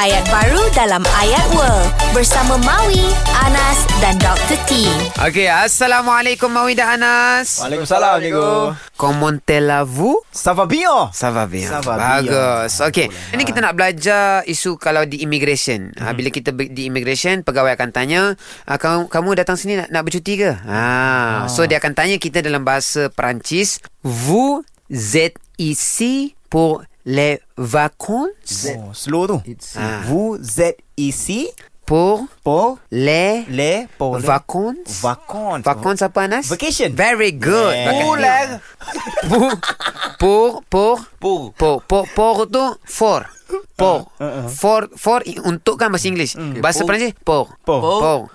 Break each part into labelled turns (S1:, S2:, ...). S1: ayat baru dalam Ayat World bersama Maui, Anas dan Dr. T.
S2: Okey, Assalamualaikum Mawi dan Anas.
S3: Waalaikumsalam, Cikgu.
S2: Comment allez-vous?
S3: Ça va bien?
S2: Ça va bien.
S3: Ça va
S2: Bagus. Okey. Ini kita nak belajar isu kalau di immigration.
S3: Hmm.
S2: Ha, bila kita ber- di immigration, pegawai akan tanya, ah, kamu, kamu datang sini nak, nak bercuti ke?
S3: Ah.
S2: Ha. So dia akan tanya kita dalam bahasa Perancis, vous êtes ici pour les vacances?
S3: Oh, slow tu.
S2: Ah.
S3: Vous êtes ici
S2: Pour
S3: pour
S2: les,
S3: les pour les
S2: vacances?
S3: vacances.
S2: Vacances apa Anas?
S3: Vacation.
S2: Very good.
S3: Yeah.
S2: Vacances.
S3: Pour les-
S2: pour pour pour
S3: Pour.
S2: pour pour pour tu for pour
S3: Uh,
S2: for for i- untuk kan bahasa Inggeris
S3: Mm.
S2: bahasa Perancis pour
S3: Pour.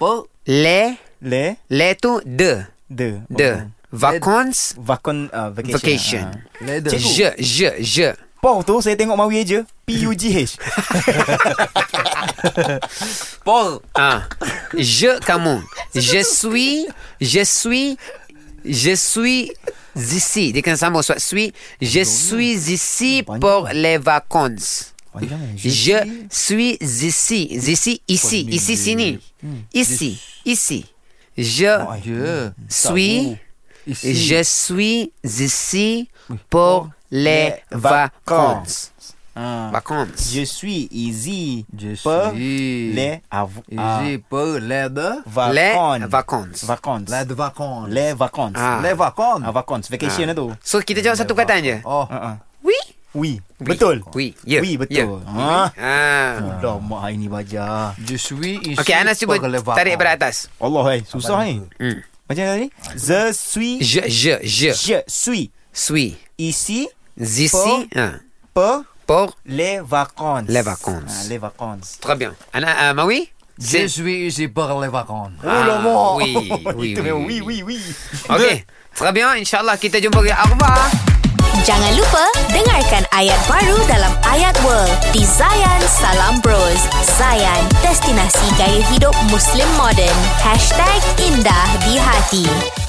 S2: pour le
S3: Les
S2: le tu de
S3: de
S2: de vacances
S3: Vacon uh, Oh. vacation.
S2: vacation je
S3: Ah.
S2: je je
S3: Por tu saya tengok Mawi aja. P U G H.
S2: ah je kamu je suis je suis je suis ici dia kena sambung suat suis je suis ici pour les vacances
S3: Panjang eh.
S2: Je suis ici. Ici, ici. Ici, sini. Hmm. Ici, ici. Je
S3: je
S2: suis... Je suis ici pour les vacances. Vacances.
S3: Ah. Je suis easy.
S4: Je
S3: pour
S4: suis-
S3: les av- ah,
S4: J'ai peur l'air de
S2: Les
S3: vacances.
S2: vacances.
S3: Vacances.
S4: l'air de vacances.
S3: Les vacances.
S2: Ah.
S4: Les vacances.
S3: Ah, vacances. Vacation tu.
S2: So, kita jawab satu kataan je.
S4: Oh,
S3: Ah, ah.
S2: Oui.
S3: Oui. Betul.
S2: Oui. Ya.
S3: Oui,
S2: Ya.
S3: betul. Ah.
S2: Ah.
S3: Dah mak hari ni baca.
S4: je suis ici.
S2: Okay, Anas cuba
S4: pour les vacances.
S2: tarik beratas.
S3: Allah eh, susah eh.
S2: Hmm.
S3: Macam mana tadi? Je suis
S2: Je, je, je
S3: je suis
S2: suis
S3: ici
S2: ici ah,
S3: Pour- pour
S2: pour...
S3: les vacances.
S2: Les vacances.
S3: Ah, les vacances.
S2: Très bien. Anna, ah, Maui? C'est-
S4: Je suis ici pour les vacances.
S3: Oh la
S2: Ah,
S3: mort.
S2: oui, oui, oui,
S3: Itu memang
S2: oui,
S3: oui, oui, oui.
S2: Okey. Très bien. InsyaAllah kita jumpa lagi. Au revoir.
S1: Jangan lupa dengarkan ayat baru dalam Ayat World di Zayan Salam Bros. Zayan, destinasi gaya hidup Muslim modern. #IndahDiHati